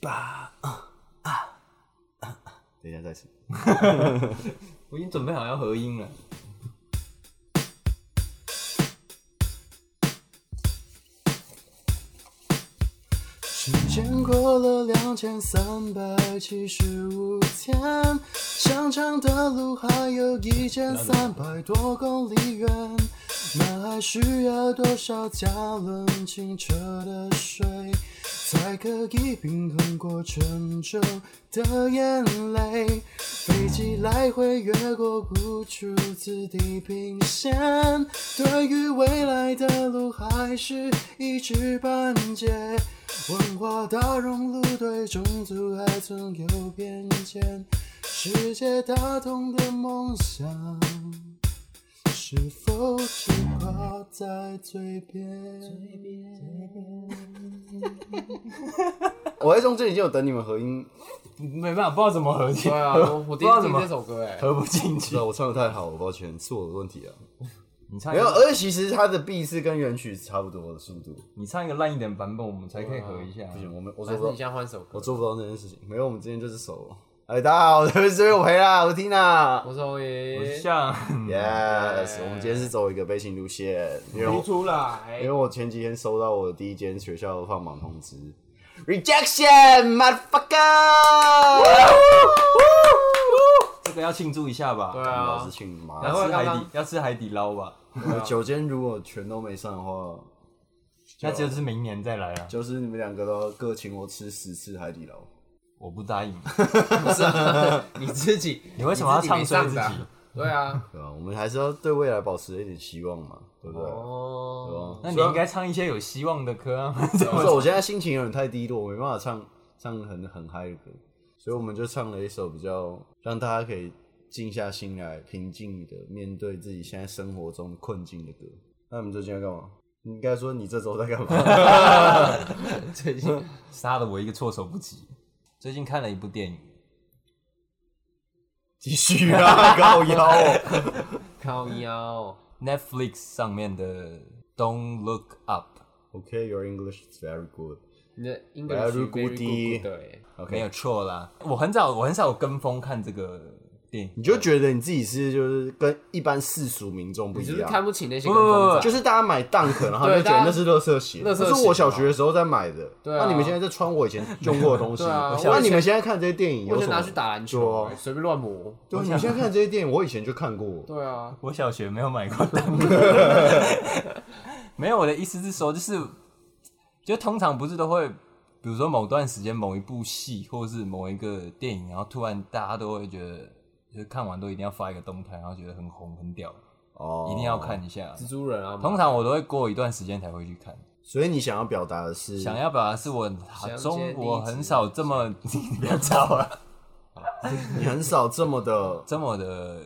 吧，啊啊啊！等一下再起。 我已经准备好要合音了。时间过了两千三百七十五天，长长的路还有一千三百多公里远，那还需要多少加仑清澈的水，才可以平衡过沉重的眼泪？飞机来回越过不出自地平线，对于未来的路还是一知半解。文化大熔炉对种族还存有偏见，世界大同的梦想是否只挂在嘴边？我在中间已经有等你们合音，没办法，不知道怎么合进，对啊， 合我我不第知一道次怎听么这首 歌哎，合不进是去啊，。我唱的太好，我抱歉，是我的问题啊。哎你唱一没有，个，而且其实它的 B 是跟原曲差不多的速度。你唱一个烂一点版本，我们才可以合一下。不行，我们我还做是不你到，先换首歌我。做不到那件事情。没有，我们今天就是熟。哎，大家好，我是周友培啦，我是 Tina。我是欧我是爷，像嗯 Yes，我们今天是走一个悲情路线，因为我提出来因为。我前几天收到我的第一间学校的放榜通知，rejection motherfucker。 这个要庆祝一下吧。对老啊师，去你妈！要吃海然后刚底刚要吃海底捞吧？我九间如果全都没上的话，那就是明年再来啊！就是你们两个都各请我吃十次海底捞。我不答应。不是啊 你自己， 你为什么要你自己没唱衰自上的啊己？？对啊，对啊，我们还是要对未来保持一点希望嘛，对不对？对啊哦，吧？那你应该唱一些有希望的歌啊！ 不是，我现在心情有点太低落，我没办法唱唱很很嗨的歌，所以我们就唱了一首比较让大家可以静下心来、平静的面对自己现在生活中困境的歌。那你们最近在干嘛？你应该说你这周在干嘛？ 最近杀的我一个措手不及。最近看了一部电影，继续啊，高腰、哦。靠腰， Netflix 上面的《Don't Look Up OK, your English is very good. 你的英 Very 格是 good 对，》没 OK，有错啦。我很早，我很少跟风看这个电影。你就觉得你自己是就是跟一般世俗民众不你是一不是样，看不起那些不跟不不风不 仔？就是大家买蛋壳，然后对就觉得大家那是垃圾鞋，垃圾那是鞋啊我小学的时候在买的。对啊那你们现在在穿我以前用过的东西。 对啊那我以前你们现在看这些电影有我什就么？拿去打篮球对欸，随便乱磨。对，你们现在看这些电影，我以前就看过。对啊，我小学没有买过 蛋糕。没有，我的意思是说，就是，就通常不是都会，比如说某段时间某一部戏或者是某一个电影，然后突然大家都会觉得，就是看完都一定要发一个动态，然后觉得很红很屌，哦 一定要。看一下。蜘蛛人啊，通常我都会过一段时间才会去看。所以你想要表达的是，想要表达是我想中见国第一次很少这么你不要吵啊，你很少这么的， 这么的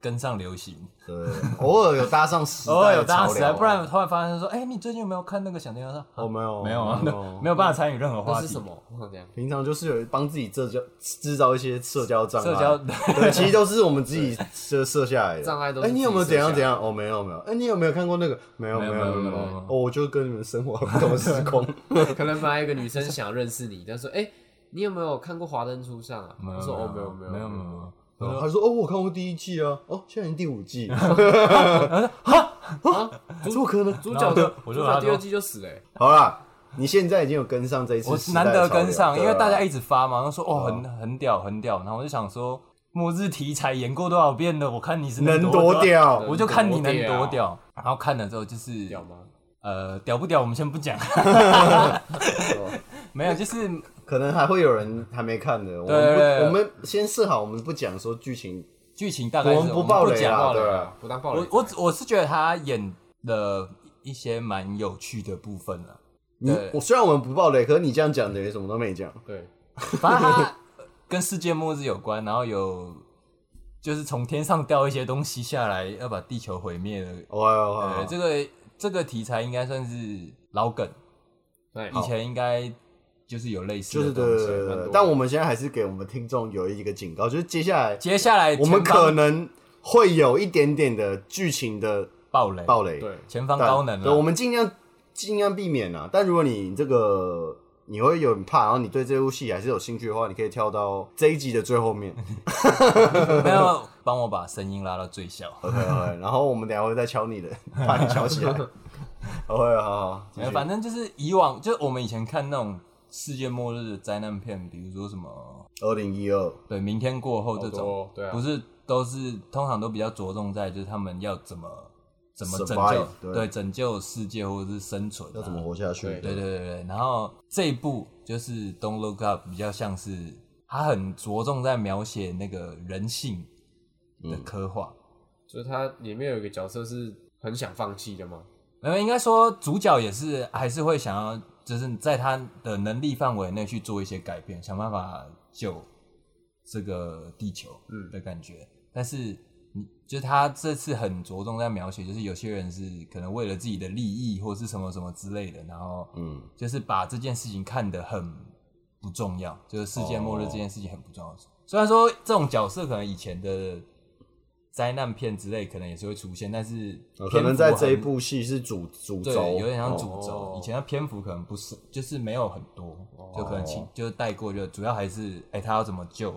跟上流行，对，偶尔有搭上时代偶的哦尔有大潮时流代，不然突然发现说，哎、你最近有没有看那个小电影？哦我没有没有啊没有，没有办法参与任何话那题。是什？么？这样平常就是有帮自己社交制造一些社交障碍，社交 对，其实都是我们自己设设下来的障碍都是哎，你有没有自己怎设下样来的怎样？哦，没有没有。哎，你有没有看过那个？没有没有有没有没没有没有有。哦，我就跟你们生活不同 时空。可能本来一个女生想认识你，但是哎，你有没有看过《华灯初上》啊？没有我说哦，没有没有没有没有没有。然后他说：“哦，我看过第一季啊，哦，现在已经第五季， 啊，怎么可能？主角的然后我主就我就把它角第二季就死了欸，好啦，你现在已经有跟上这一次，我难得跟上，因为大家一一直发嘛，然后说哦很很屌很屌，然后我就想说末日题材演过多少遍了，我看你是 能多多，屌， 我就看你能多能多屌。然后看了之后就是屌吗？呃屌不屌，我们先不讲，没有就是可能还会有人还没看的。我对们对对不，我们先设好，我们不讲说剧情，剧情大概是我们不爆雷讲啦，爆对雷。吧？啊不当暴啊我力，我只我是觉得他演的一些蛮有趣的部分啊了，你我虽然我们不爆雷，可是你这样讲等于什么都没讲。对，反正他 跟世界末日有关，然后有就是从天上掉一些东西下来，要把地球毁灭的。哇哇呃，哇！这个这个题材应该算是老梗，对，以前应该就是有类似就的是东对西。对对对蛮对多，但我们现在还是给我们听众有一个警告，就是接下来接下来我们前方可能会有一点点的剧情的爆雷，暴雷，对前方但高能啊对，我了。们尽量尽量避免啊。但如果你这个你会有点怕，然后你对这部戏还是有兴趣的话，你可以跳到这一集的最后 面。没有帮我把声音拉到最小， OK OK，然后我们等一下会再敲你 的，把你敲起来。OK，好好，继续反正就是以往就是我们以前看那种世界末日的灾难片，比如说什么二零一二，对明天过后这好多种哦，对啊不是都是通常都比较着重在就是他们要怎么怎么拯 Survive，救对拯救世界或者是生存、啊、要怎么活下去？对对对对对，然后这一部就是《Don't Look Up》，比较像是它很着重在描写那个人性的嗯刻画。就是他里面有一个角色是很想放弃的嘛，没有，应该说主角也是还是会想要，就是在他的能力范围内去做一些改变，想办法救这个地球，嗯的感觉。但是你就是他这次很着重在描写，就是有些人是可能为了自己的利益或是什么什么之类的，然后嗯，就是把这件事情看得很不重要，就是世界末日这件事情很不重要。虽然说这种角色可能以前的灾难片之类可能也是会出现，但是呃可篇能幅在这一很部戏是主主对轴，，有点像哦主轴。哦以前的篇幅可能不是，就是没有很多，就可能请就是带过，就主要还是哎、他要怎么救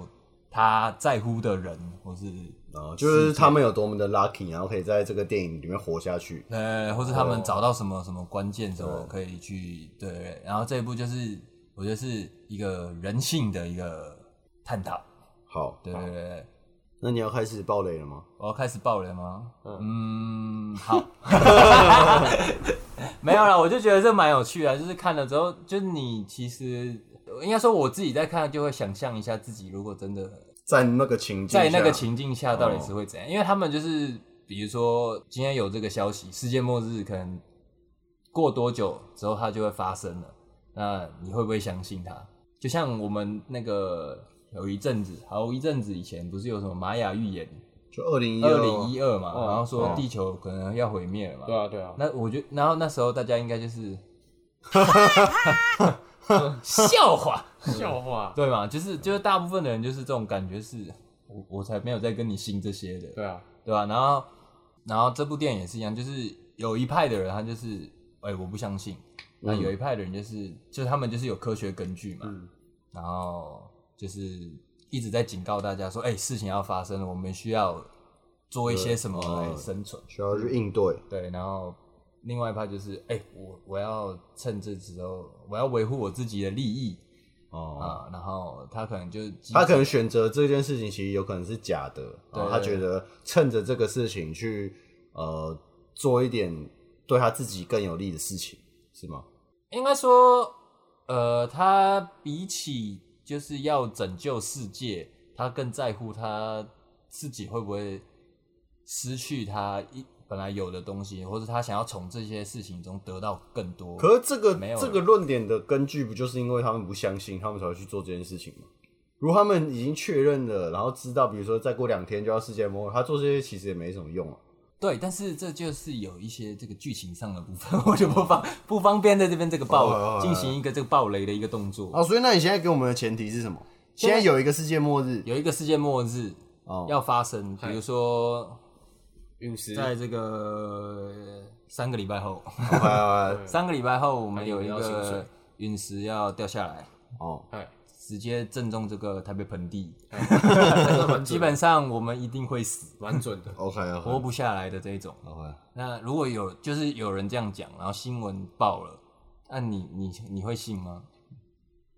他在乎的人，或是然后呃就是他们有多么的 lucky，然后可以在这个电影里面活下去。呃，或是他们找到什么什么关键什么可以去对对对。然后这一部就是我觉得是一个人性的一个探讨，好，对对对对。那你要开始爆雷了吗？我要开始爆雷吗？嗯，好，没有啦，我就觉得这蛮有趣的，就是看了之后，就是你其实应该说我自己在看，就会想象一下自己如果真的在那个情境下，在那个情境下到底是会怎样，因为他们就是比如说今天有这个消息，世界末日可能过多久之后它就会发生了，那你会不会相信它？就像我们那个有一阵子，好一阵子以前不是有什么玛雅预言？就二零一二零一二嘛，哦然后说地球可能要毁灭了嘛。对啊对啊，那我觉得，然后那时候大家应该就是 笑话，笑话，对嘛？就是就是大部分的人就是这种感觉是，我我才没有在跟你信这些的，对啊，对吧、然后然后这部电影也是一样，就是有一派的人他就是哎、我不相信，嗯那啊有一派的人就是就是他们就是有科学根据嘛，嗯然后就是一直在警告大家说，哎、事情要发生了，我们需要做一些什么对来哦生存。需要去应对，对，然后另外一派就是，哎、我我要趁这时候，我要维护我自己的利益哦，啊、然后他可能就积极他可能选择这件事情，其实有可能是假的，然后他觉得趁着这个事情去呃做一点对他自己更有利的事情，是吗？应该说，呃，他比起就是要拯救世界，他更在乎他自己会不会失去他一本来有的东西，或者他想要从这些事情中得到更多。可是这个没有这个论点的根据，不就是因为他们不相信，他们才会去做这件事情吗？如果他们已经确认了，然后知道，比如说再过两天就要世界末日，他做这些其实也没什么用啊。对，但是这就是有一些这个剧情上的部分， 我就不方不方便在这边这个哦哦爆哦进行一个这个爆雷的一个动作。哦，所以那你现在给我们的前提是什么？现在有一个世界末日，有一个世界末日哦要发生，比如说陨石在这个三个礼拜后，好好好好 三个礼拜后我们有一还有你要薪个水陨石要掉下来，哦， 哎，直接正中这个台北盆地，真的 蛮基基本本上我们一定会死，蛮准的， ，OK 活 OK 不下来的这一种。 OK，那如果有就是有人这样讲，然后新闻爆了，那你你你会信吗？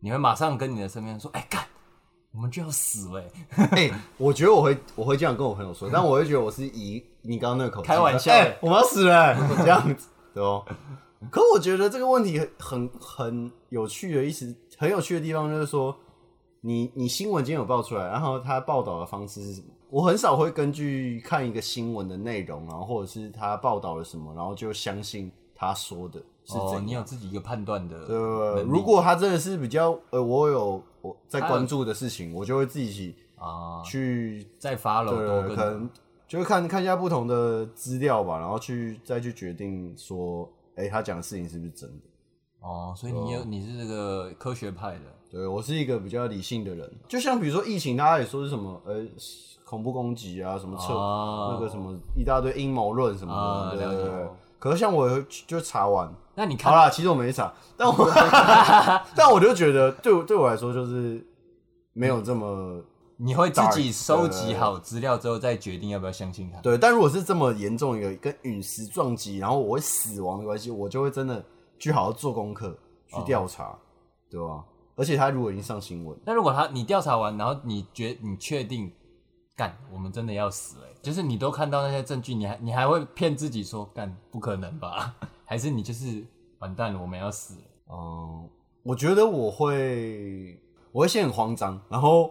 你会马上跟你的身边人说：“哎、干，我们就要死了、欸 哎，我觉得我会我会这样跟我朋友说，但我会觉得我是以你刚刚那个口气嗯开玩笑哎，我们要死 了，这样子，对哦。可我觉得这个问题很很有趣的意思，很有趣的地方就是说，你你新闻今天有报出来，然后他报道的方式是什么？我很少会根据看一个新闻的内容，然后或者是他报道了什么，然后就相信他说的是怎哦，样。你有自己一个判断的呃，能力如果他真的是比较呃，我有我在关注的事情，我就会自己啊，去再发了多对，可跟能就会看看一下不同的资料吧，然后去再去决定说，哎、他讲的事情是不是真的？哦，所以你有你是这个科学派的，对我是一个比较理性的人，就像比如说疫情，大家也说是什么呃恐怖攻击啊，什么测、哦那个什么一大堆阴谋论什么的，啊对对了解对。可是像我就查完，那你看好啦，其实我没啥，但 我 但我就觉得对我对我来说就是没有这么你会自己收集好资料之后再决定要不要相信他。对。但如果是这么严重一个跟陨石撞击，然后我会死亡的关系，我就会真的去好好做功课嗯去调查，对吧、而且他如果已经上新闻，那如果他你调查完，然后你觉你确定，干，我们真的要死了、欸就是你都看到那些证据，你还你还会骗自己说干不可能吧？ 还是你就是完蛋了，我们要死了？嗯，我觉得我会，我会先很慌张，然后，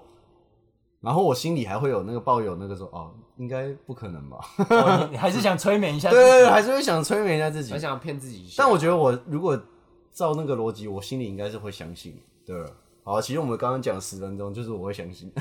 然后我心里还会有那个抱有那个说，哦，应该不可能吧？ 哦你你还是想催眠一下对自己？对对，还是会想催眠一下自己还。想骗自己一下。但我觉得我如果照那个逻辑，我心里应该是会相信。对，好，其实我们刚刚讲十分钟，就是我会相 信。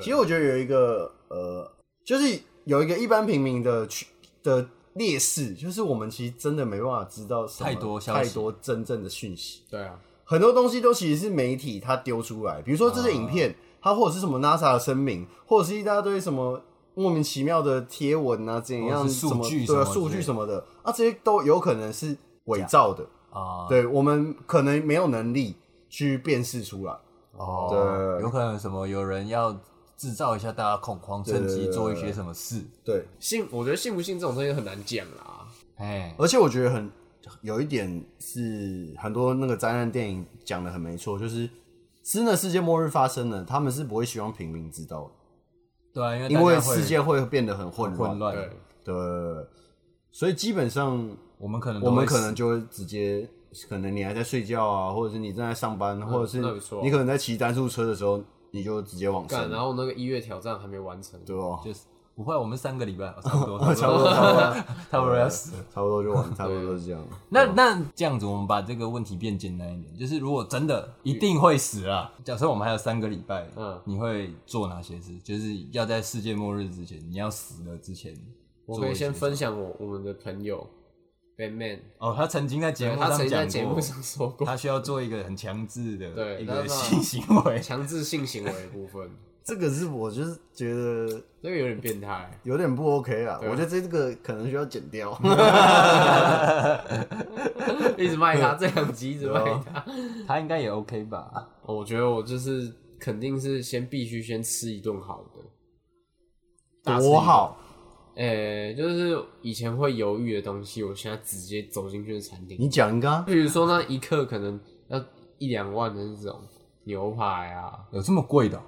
其实我觉得有一个呃，就是有一个一般平民的去的劣势，就是我们其实真的没办法知道什么太多消息太多真正的讯息。对啊，很多东西都其实是媒体它丢出来，比如说这些影啊片，它或者是什么 NASA 的声明，或者是一大堆什么莫名其妙的贴文啊，怎或样者是数据什么对啊什么之类的数据什么的啊，这些都有可能是伪造的。啊，对我们可能没有能力去辨识出来。哦，对有可能什么有人要制造一下大家恐慌，对对趁对机对做一些什么事？对，信，我觉得信不信这种东西很难讲啦。哎，而且我觉得很有一点是很多那个灾难电影讲的很没错，就是真的世界末日发生了，他们是不会希望平民知道的，对啊，因为因为大家会世界会变得很混乱混。乱，对，对，所以基本上我们可能我都会们死可能就会直接，可能你还在睡觉啊，或者是你正在上班，或者是那不错你可能在骑单速车的时候，你就直接往上干，，然后那个一月挑战还没完成，对吧？就是不会，我们三个礼拜哦差不多，差 差不多，差不多，差不多要死。差不多就完，差不多是这样。那那这样子，我们把这个问题变简单一点，就是如果真的一定会死啊，假设我们还有三个礼拜，嗯你会做哪些事？就是要在世界末日之前，你要死了之前，我可以做先一些分享我我们的朋友 Batman，哦，他曾经在节对目他上曾经在节讲目过，上说过他需要做一个很强制的对一但个是性行为，强制性行为的部分，这个是我就是觉得这个有点变态。有点不 OK 啦，对啊我觉得这个可能需要剪掉。一直卖他，这两集一直卖他。 他应该也 OK 吧？啊哦我觉得我就是肯定是先必须先吃一顿好的，大吃一顿多。好，诶、就是以前会犹豫的东西，我现在直接走进去的餐厅。你讲一个 啊，比如说那一克可能要一两万的那种牛排啊，有这么贵 的哦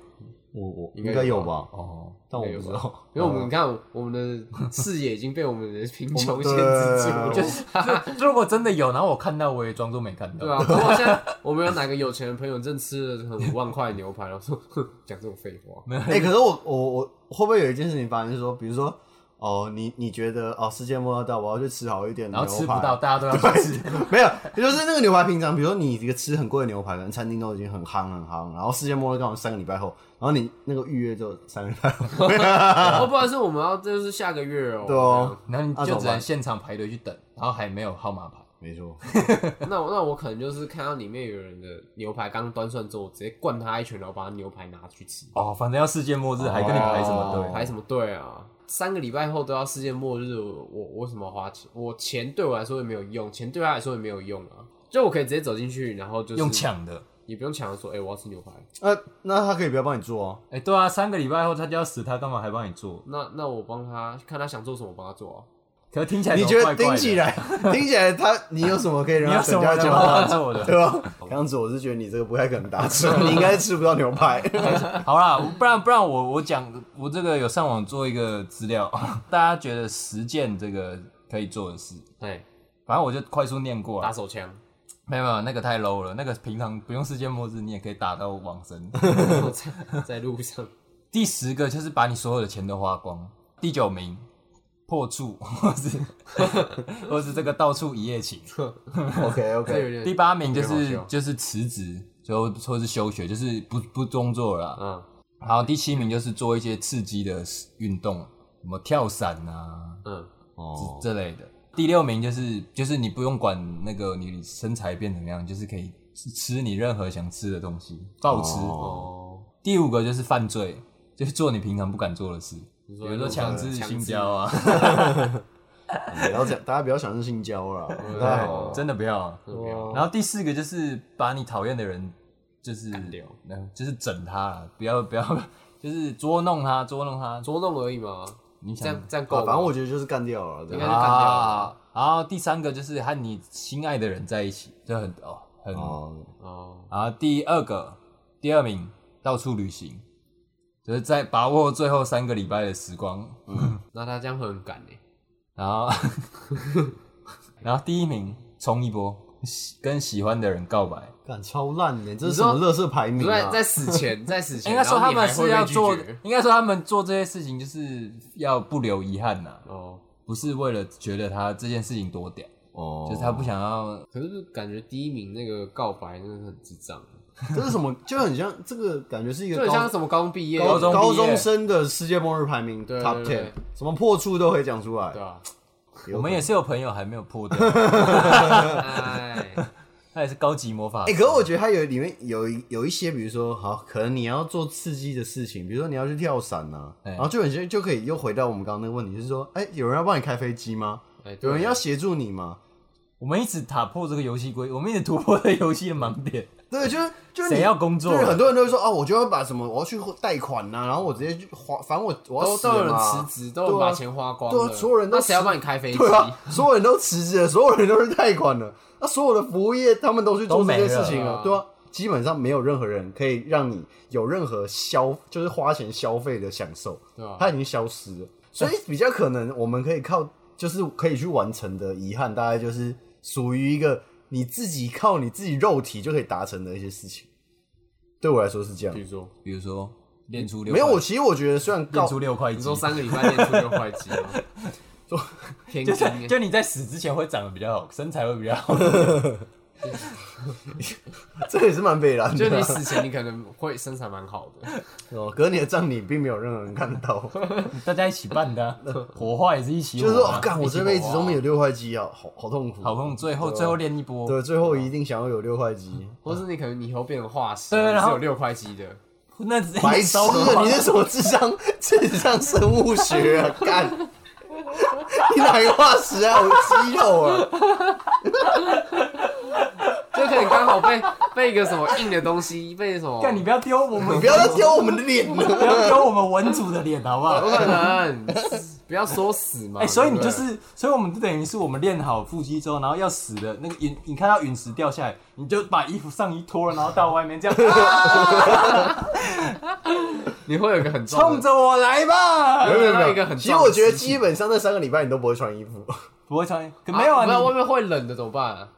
我我应应该该有有吧？哦？但我应该不有知吧道，因为我们看我们的视野已经被我们的贫我穷们限制住了，对啊就是如果真的有，然后我看到，我也装作没看到。对啊，不过现在我们有哪个有钱的朋友正吃了很五万块的牛排，然后说哼讲这种废话，哎、可是我我我会不会有一件事情发生，就是说，比如说，哦，你你觉得哦，世界末要到，我要去吃好一点的然牛后排，吃不到，，大家都要去吃。 没有，就是那个牛排平常，比如说你一个吃很贵的牛排，可能餐厅都已经很夯很夯，然后世界末日刚好三个礼拜后，然后你那个预约就三个礼拜后， 哦，不然是我们要这是下个月哦，对哦然那后你怎就么只办能现场排队去等，然后还没有号码牌。没错，这样，那我那我可能就是看到里面有人的牛排刚端上之后，我直接灌他一拳，然后把他牛排拿去吃，哦，反正要世界末日，还跟你排什么哦队？排什么队啊？三个礼拜后都要世界末日，我我我为什么花钱？我钱对我来说也没有用，钱对他来说也没有用啊。就我可以直接走进去，然后就是用，抢的。也不用抢，说哎、我要吃牛排。那、呃那他可以不要帮你做 哦、哎，对啊，三个礼拜后他就要死，他干嘛还帮你做？那那我帮他看他想做什么，我帮他做啊。可是听起来你怎觉么得怪怪听的起， 来听起来他你有什么可以让你他有什等么价能交帮换他？做 的？对吧？这样子我是觉得你这个不太可能达成，你应该吃不到牛 排。好啦，不然不然我我讲，我这个有上网做一个资料， 大家觉得十件这个可以做的事，哎，反正我就快速念过打了。手枪，没有没有，那个太 low 了，那个平常不用世界末日你也可以打到往生。 在在路上，第十个就是把你所有的钱都花光。第九名，破处，或是 或是这个到处一夜情。 OK 这 OK，有点第八名就有点是好笑就是辞职，最后或是休学，就是不不工作了啦。嗯然后第七名就是做一些刺激的运动，什么跳伞啊嗯，哦这这类的。第六名就是就是你不用管那个你身材变怎么样，就是可以吃你任何想吃的东西，暴吃。哦哦，第五个就是犯罪，就是做你平常不敢做的事，比说呃如说强制性交啊。不要讲，大家不要想是性交啦，不太好。 真的不要啊。哦然后第四个就是把你讨厌的人，就是干掉嗯就是整他啦，不要不要，就是捉弄他，捉弄他。捉弄而已嘛，你这想样这样够啊吗。反正我觉得就是干掉了，这应样该是干掉啊了。然后第三个就是和你心爱的人在一起，就很哦很。哦，哦，然后第二个第二名到处旅行，就是在把握最后三个礼拜的时光。那他这样会很赶欸呢。然后 然后第一名冲一波，喜跟喜欢的人告白。干超烂的，这是你什说么乐色排你名在啊？在死前， 在死前，应该说然后他你们还是会被要拒做绝，应该说他们做这些事情就是要不留遗憾呐、哦。不是为了觉得他这件事情多屌，哦，就是他不想要。可是感觉第一名那个告白真的是很智障，这是什么？就很像这个感觉是一就个很高像什么刚毕业，高中毕业高中生的世界末日排名对 top 对 ten，对什么破处都可以讲出来对。啊吧？有我可能们也是有朋友还没 有破掉，哎，他也是高级魔法哎、师。可是我觉得它有里面有一有一些，比如说，好，可能你要做刺激的事情，比如说你要去跳伞呐、啊，哎然后就很像就可以又回到我们刚刚那个问题，就是说，哎、有人要帮你开飞机吗？哎，有对人要协助你吗？我们一直打破这个游戏规，我们一直突破这个游戏的盲点。对，就是就是你谁要工作啊对，很多人都会说，哦，我就要把什么，我要去贷款呐、然后我直接去花，反正我我要都死都有了人嘛辞职，都有人对啊把钱花光对啊了，所有人都那谁要辞帮你开飞机？对啊，所有人都辞职了，所有人都是贷款了，那所有的服务业他们都去做这件事情了，对都没啊，基本上没有任何人可以让你有任何消，就是花钱消费的享受，对啊它已经消失了，所以比较可能我们可以靠，就是可以去完成的遗憾，大概就是属于一个你自己靠你自己肉体就可以达成的一些事情，对我来说是这样比。如说，比如说练出六没块，有，我其实我觉得虽然告练出六块你肌说，三个礼拜练出六块 肌吗？天就是津欸就你在死之前会长得比较好，身材会比较 好。这也是蛮悲然就的你啊，死前你可能会身材蛮好的，哦，可是你的葬礼并没有任何人看到。大家一起办 的啊、火化也是一起火就啊。是说，哦干、我一起这辈火子化都没有六块肌啊，好好痛苦，好痛，最后最后练一波。对，最后一定想要有六块肌。或是你可能以后变成化石，对你然是后有六块肌的，那只白痴 烧啊！了你是什么智商？智商生物学啊？干！你哪个化石啊？我肌肉啊！就可能刚 好被被一个什么硬的东西，被什么，干你不要丢我们，你不要再丢我们的脸了。不要丢我们文主的脸好不不好？可能，不要说死嘛。哎、所以你哦对就不对是，所以我们就等于是我们练好腹肌之后，然后要死的那个陨，你看到陨石掉下来，你就把衣服上衣脱了，然后到外面这样，啊你会有一个很 重冲的，着我来吧！有有一个很其实我觉得基本上那三个礼拜你都不会穿衣服，不会穿，可啊没有啊，不然外你面会冷的怎么办啊？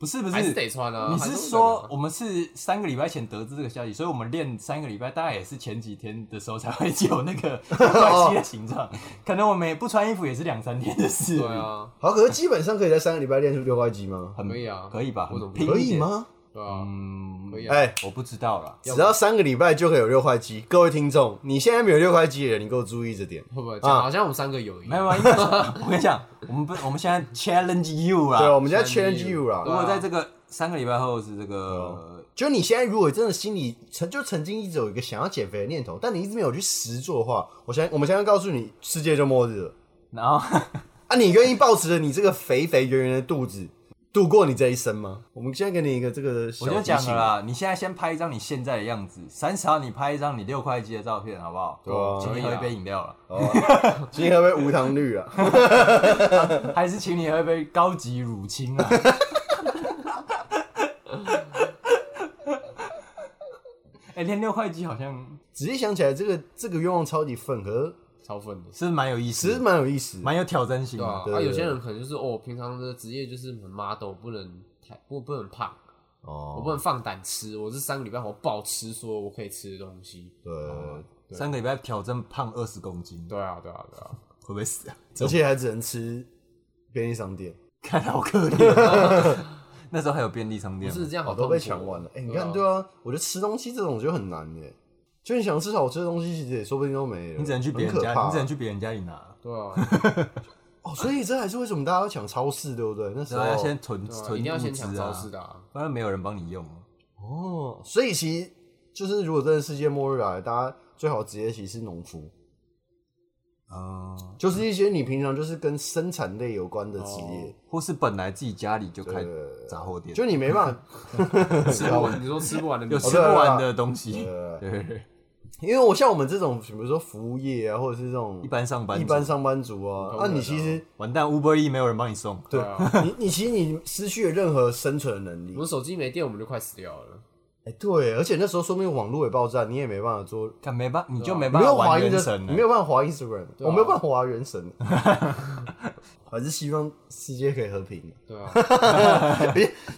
不是不还是是得穿啊？你还是会冷说啊我们是三个礼拜前得知这个消息，所以我们练三个礼拜，大概也是前几天的时候才会有那个 关系的形状。可能我们也不穿衣服也是两三天的事。对，啊，好，可是基本上可以在三个礼拜练出六块肌吗？很可以啊可以吧？我怎么很拼可一以点？吗？对啊，嗯，可以啊。哎、我不知道啦。只要三个礼拜就可以有六块肌。各位听众，你现在没有六块肌的，你给我注意这点。会不会讲？好像我们三个有一没样，有没有，啊因为 我跟你讲，我们不，我们现在 challenge you 对，啊我啦。们现在 challenge you 啦。如果啊在这个三个礼拜后是这个，就你现在如果真的心里曾就曾经一直有一个想要减肥的念头，但你一直没有去实做的话，我相我们现在告诉你，世界就末日了然后啊！你愿意保持着你这个肥肥圆圆的肚子度过你这一生吗？我们现在给你一个这个小我就讲提了醒， 啦，你现在先拍一张你现在的样子，三十号你拍一张你六块肌的照片，好不好？对啊请你喝一杯饮料了。今天会不会无糖绿啊？ 还是请你喝一杯高级乳清啊！ 哎、练六块肌好像仔细想起来，这个这个愿望超级愤，可是超粉的。是蛮有意其实思的，蛮有意思的。蛮有挑战性对啊的。，嗯对啊，对有对些人可能就是哦，平常的职业就是很 model，不能太不不能胖，我不哦，能放胆吃，我是三个礼拜我暴吃，说我可以吃的东西。对，啊三个礼拜挑战胖二十公斤，对啊，对啊，对啊，会不会死啊？而且还只能吃便利商店，看好可 怜、啊。那时候还有便利商不店吗，是这样好我痛苦都哦，被抢完了。哎、你看，对啊，啊，我觉得吃东西这种就很难耶。就你想吃好吃的东西，其实也说不定都没了。你只能去别人很可家，怕你只能去别人家里拿，对啊，哦，所以这还是为什么大家要抢超市，对不对？那时然候后要先囤对啊囤一定要物先资抢超市啊，的 啊，不然没有人帮你用。哦，所以其实就是如果真的世界末日来，大家最好职业其实是农夫，啊，就是一些你平常就是跟生产类有关的职业，或是本来自己家里就开对杂货店，就你没办法，吃不啊完，你说吃不完的米有吃对啊不完的东西。呃 对，因为我像我们这种，比如说服务业啊，或者是这种一般上班族一般上班族啊，那、人啊你其 实完蛋，Uber E 没有人帮你送。对对啊，你你其实你失去了任何生存的能力我。们手机没电，我们就快死掉了。哎、对，而且那时候说不定网络也爆炸，你也没办法做，看没办，你就没没办法有滑玩原原神，神你了。没有办法滑 Instagram，对啊我没有办法滑原神，还是希望世界可以和 平。对啊，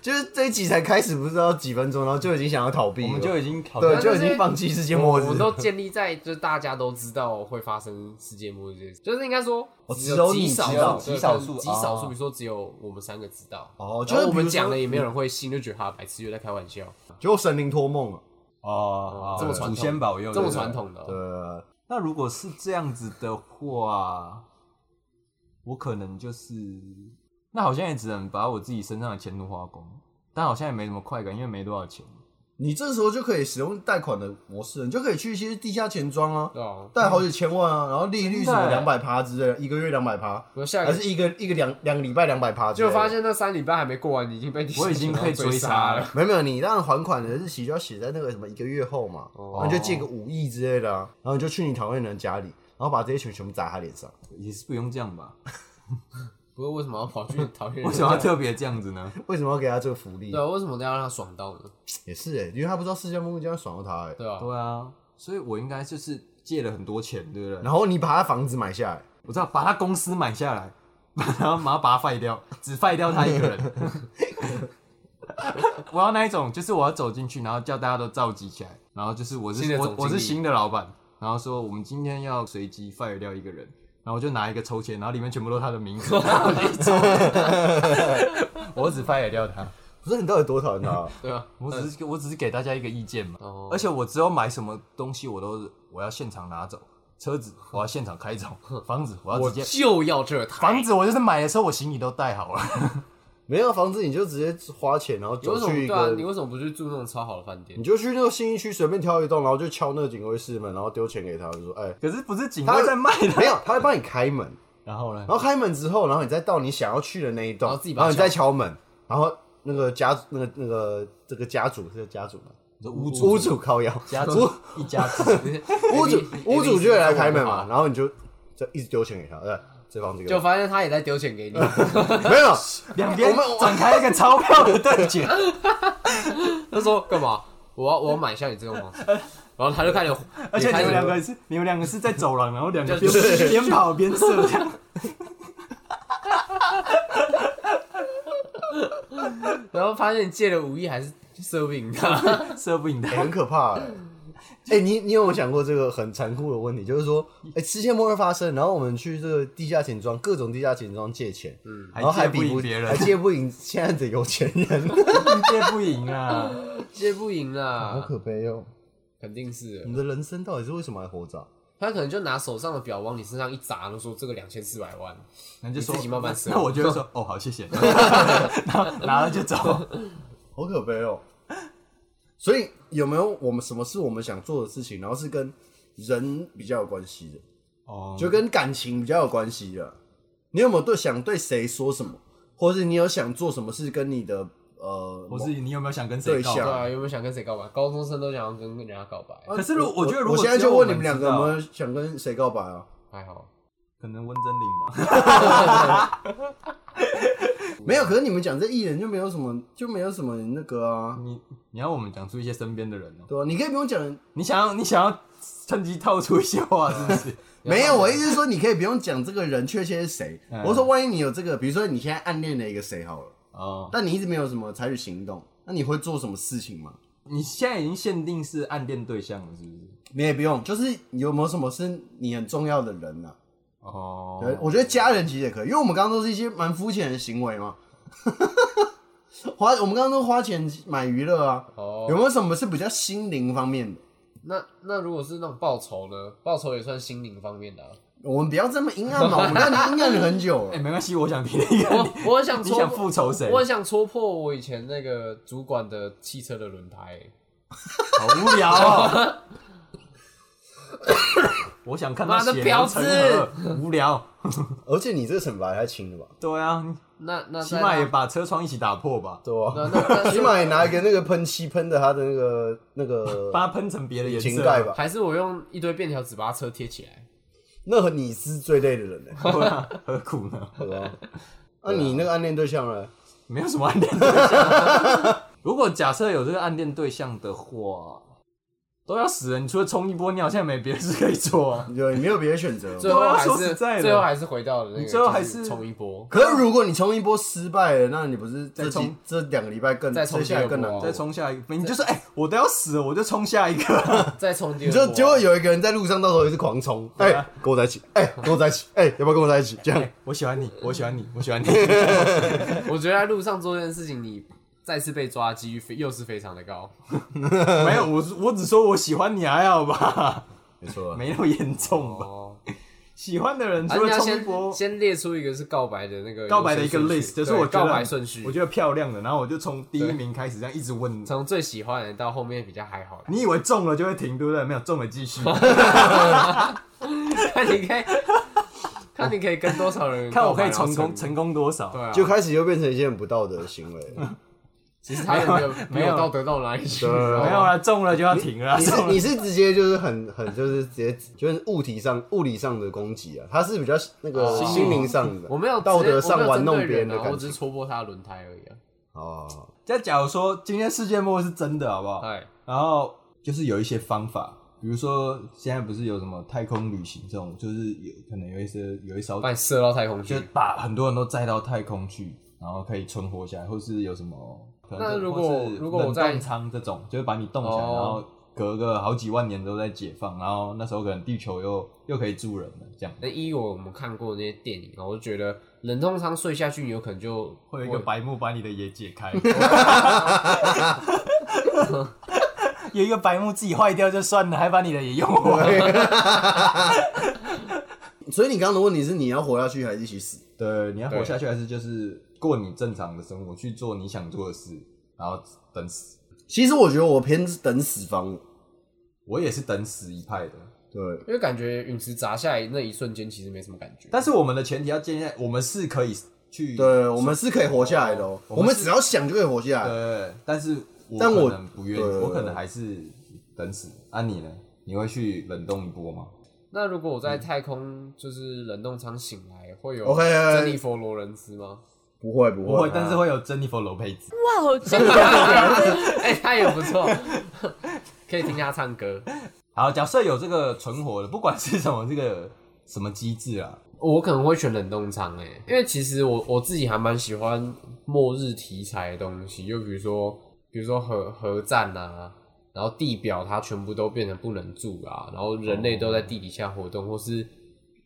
就是这一集才开始，不知道几分钟，然后就已经想要逃避了，我们就已经考虑对，但就是已经放弃世界末日我们。都建立在就是大家都知道会发生世界末日这件事，就是应该说哦只只有有极你少知道数对极少数可能极少数，啊比如说只有我们三个知道。哦，就然是后我比们如说讲了，也没有人会信，就觉得他白痴又在开玩笑。就神灵托梦了。啊哦，这么传统祖先保佑，这么对传。统的哦、呃，那如果是这样子的话，我可能就是，那好像也只能把我自己身上的钱都花光，但好像也没什么快感，因为没多少钱。你这时候就可以使用贷款的模式，你就可以去一些地下钱庄啊，对啊，贷好几千万啊，然后利率什么两百趴之类的，一个月两百趴，我下一还个是一个一个两两个礼拜两百趴之类就的，发现那三礼拜还没过完，你已经被我已经被追追杀杀了。了没有没有，你让还款的日期就要写在那个什么一个月后嘛，哦然后你就借个五亿之类的、啊，然后你就去你讨厌的人家里，然后把这些钱全部砸他脸上，也是不用这样吧？不过为什么要 跑去讨厌人？为什么要特别这样子呢？为什么要给他这个福利对？啊？为什么要让他爽到呢？也是哎、因为他不知道世界末日就要爽到他哎、对啊，对啊，所以我应该就是借了很多钱，对不对？然后你把他房子买下来，我知道把他公司买下来， 然后马上把他废掉，只废掉他一个人。 我要那一种，就是我要走进去，然后叫大家都召集起来，然后就是我新是的总我经理我是新的老板，然后说我们今天要随机 fire 掉一个人，然后我就拿一个抽签，然后里面全部都是他的名 字，然后我就一抽，我只 fire 掉他，不是你到底多讨厌他、 对啊，我只是我只是给大家一个意见嘛，哦而且我只有买什么东西我都是我要现场拿走，车子我要现场开走，房子我要我直接就要这台房子我就是买的时候我行李都带好了， 没有房子你就直接花钱，然后你为走什去么一对啊个？你为什么不去住那种超好的饭 店你？就去那个新一区随便挑一栋，然后就敲那个警卫室门，然后丢钱给他，就说：“哎、 可是不是警他卫在卖的。没有，他会帮你开门，然后呢然？后开门之后，然后你再到你想要去的那一栋，然后自己把然它后你再敲门，然后那个家那个那个这个家主这个家主嘛，你说屋屋主靠腰，家族一家子，屋主 A B- 屋主就会来开门 A B 嘛， C 然后你就就一直丢钱给他，对，这房这就个发现他也在丢钱 给你，没有，两边我们展开一个钞票的对决。他说干嘛？我要我要买下你这栋房子，然后他就 开始，而且也开你始们两个是，你们两个是在走廊，然后两个就 边边跑边射这样。然后发现你借了五亿还是射不赢他， 射不赢哎他。很可怕、哎哎、你你有没有想过这个很残酷的问题？就是说，哎、世界末日发生，然后我们去这个地下钱庄，各种地下钱庄借钱，嗯，然后还还借不比不赢别人还借不赢现在的有钱 人，借不赢 啊！借不赢好啦，可悲哦！肯定是我。们的人生到底是为什么还活着啊？他可能就拿手上的表往你身上一砸，就说这个两千四百万，那就说你自己慢慢射那我就会 说哦，好谢谢， 然后拿了就走。好可悲哦！所以有没有我们什么是我们想做的事情，然后是跟人比较有关系的？哦，就跟感情比较有关系的。你有没有对想对谁说什么，或是你有想做什么事跟你的呃，我是你有没有想跟谁对告象对白？啊，有没有想跟谁告白？高中生都想要跟人家告白，哦可是如我觉得如我果现在只有就我问你们们两个知有道没有想跟谁告白啊？还好，可能温真菱吧。 没有，可是你们讲这艺人就没有什么，就没有什么那个啊，你你要我们讲出一些身边的人哦。对啊，你可以不用讲，你想要你想要趁机套出一些话，是不 是？没有，我意思是说你可以不用讲这个人确切是谁。嗯我说万一你有这个，比如说你现在暗恋了一个谁好了，哦，但你一直没有什么采取行动，那你会做什么事情吗？你现在已经限定是暗恋对象了，是不是？你也不用，就是有没有什么是你很重要的人呢、啊？哦，对，我觉得家人其实也可以，因为我们刚刚都是一些蛮肤浅的行为嘛。 花，我们刚刚都花钱买娱乐啊，哦有没有什么是比较心灵方面的？那那如果是那种报仇呢？报仇也算心灵方面 的、啊。我们不要这么阴暗嘛，我们刚刚已经阴暗了很久哎、了。没关系，我想听一个。我我很想 你戳想复仇谁？哦我很想戳破我以前那个主管的欸汽车的轮胎、 好无聊哦。我想看到妈的血婊流成子河，无聊。而且你这个惩罚也太轻了吧？对啊，你那那起在码那也把车窗一起打破吧，对那啊，那 那起码也拿一个那个喷漆喷的他的那个那 个把它喷成别的引颜色擎啊。盖吧。还是我用一堆便条纸把它车贴起来。那和你是最累的人呢、欸， 对啊，何苦呢？好吧？那、你那个暗恋对象呢？没有什么暗恋对象。 如果假设有这个暗恋对象的话，都要死人，你除了冲一波，你好像也没别的事可以做啊。有你没有别的选择吗？最后对啊还说是实在的最后还是回到了那个，你最后还就是冲一波。可是如果你冲一波失败了，那你不是这再几冲这两个礼拜更再冲这下来更难第二波啊过 再？冲下一个，你就是哎、我都要死了，我就冲下一个。再冲第你二就波，啊结果有一个人在路上，到时候也是狂冲，哎、啊跟我在一起，哎、跟我在一起，哎、要不要跟我在一起？这样 哎我喜欢你，我喜欢你，我喜欢你。我觉得在路上做这件事情，你再次被抓的几率非又是非常的高。 没 有，我是我只说我喜欢你，还好吧？没错啊没那么严重吧？哦，喜欢的人啊，除你了要冲一波先，先列出一个是告白的那个告白的一个优先顺 list，序就是对我觉告得白顺序，我觉得漂亮的，然后我就从第一名开始这样一直问。从最喜欢的到后面比较还好的。你以为中了就会停，对不对？没有中了继续，看你可以，看你可以跟多少 人 看我告白可以成然后功成功多少。对啊，就开始又变成一些很不道德的行为。 其实他也没有没有没有到得到哪里去，对你知道吗没有啊啦，中了就要停了啦。啊你中是了你是直接就是很很就是直接就是物体上物理上的攻击啊，他是比较那个哦心灵上的，我没有直接道德上玩弄我没有针对别人的啊我感只情是戳破他的轮胎而已啊。哦，再假如说今天世界末日是真的，好不好？哎，然后就是有一些方法，比如说现在不是有什么太空旅行这种，就是有可能有一些有一艘把你射到太空就去是。把很多人都载到太空去，然后可以存活下来，或是有什么可能那如果或是如果我冷在冻舱这种，就是把你冻起来，哦然后隔个好几万年都在解放，然后那时候可能地球又又可以住人了，这样那依我们看过的那些电影啊，我就觉得冷冻舱睡下去，你有可能就会有一个白目把你的也解开， 有一个白目自己坏掉就算了，还把你的也用完。所以你刚刚的问题是你要活下去还是一起死？对，你要活下去还是就是过你正常的生活，去做你想做的事，然后等死。其实我觉得我偏是等死方的，我也是等死一派的，对，因为感觉陨石砸下来那一瞬间，其实没什么感觉。但是我们的前提要建立在，我们是可以去对，我们是可以活下来的哦、我我们们是只要想就可以活下来。对，但是我但我可能不愿意，对我可能还是等死。啊，你呢？你会去冷冻一波吗？那如果我在太空就是冷冻舱醒来，会有 OK，珍妮佛罗伦兹吗？不会不不会会，，但是会有珍妮佛·罗佩兹。哇，我真 的哎，他也不错，可以听他唱歌。好，假设有这个存活的，不管是什么这个什么机制啊，我可能会选冷冻舱诶，因为其实我我自己还蛮喜欢末日题材的东西，就比如说比如说核核战啊，然后地表它全部都变成不能住啊，然后人类都在地底下活动，或是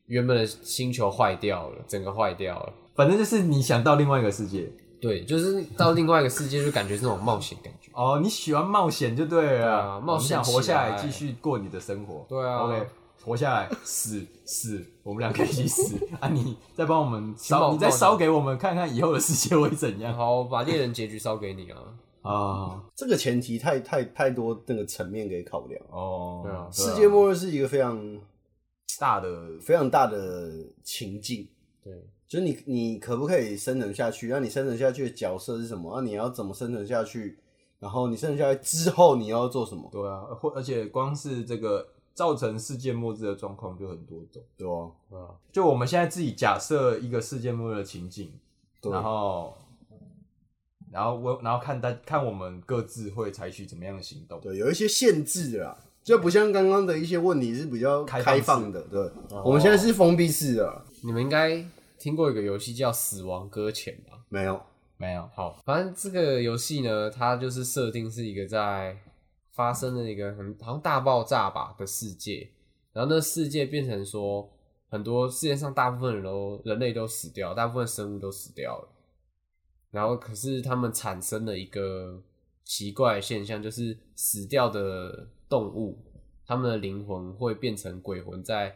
原本的星球坏掉了，整个坏掉了。反正就是你想到另外一个世界对，就是到另外一个世界，就感觉是那种冒险感觉。哦，你喜欢冒险就对对了啊冒险你想活下起来，来继续过你的生活。对啊，OK，活下来，死死，我们俩可以一起死 啊！你再帮我们烧，冒你再冒险烧给我们看看以后的世界会怎样然后把猎人结局烧给你啊！啊？这个前提太太太多那个层面给考量。哦，对啊世界末日是一个非常大的非常大的情境，对，就是你你可不可以生存下去？那你生存下去的角色是什么？那你要怎么生存下去？然后你生存下来之后你要做什么？对啊，或而且光是这个造成世界末日的状况就很多种。对啊，就我们现在自己假设一个世界末日的情景，对然后，然后我，然后看大看我们各自会采取怎么样的行动。对，有一些限制的啦，就不像刚刚的一些问题是比较开放开式哦放的。对，我们现在是封闭式的啦，你们应该听过一个游戏叫《死亡搁浅》吧？没有。没有，好，反正这个游戏呢，它就是设定是一个在发生了一个很好像大爆炸吧的世界，然后那世界变成说，很多世界上大部分人都人类都死掉，大部分生物都死掉了，然后可是他们产生了一个奇怪的现象，就是死掉的动物，他们的灵魂会变成鬼魂在，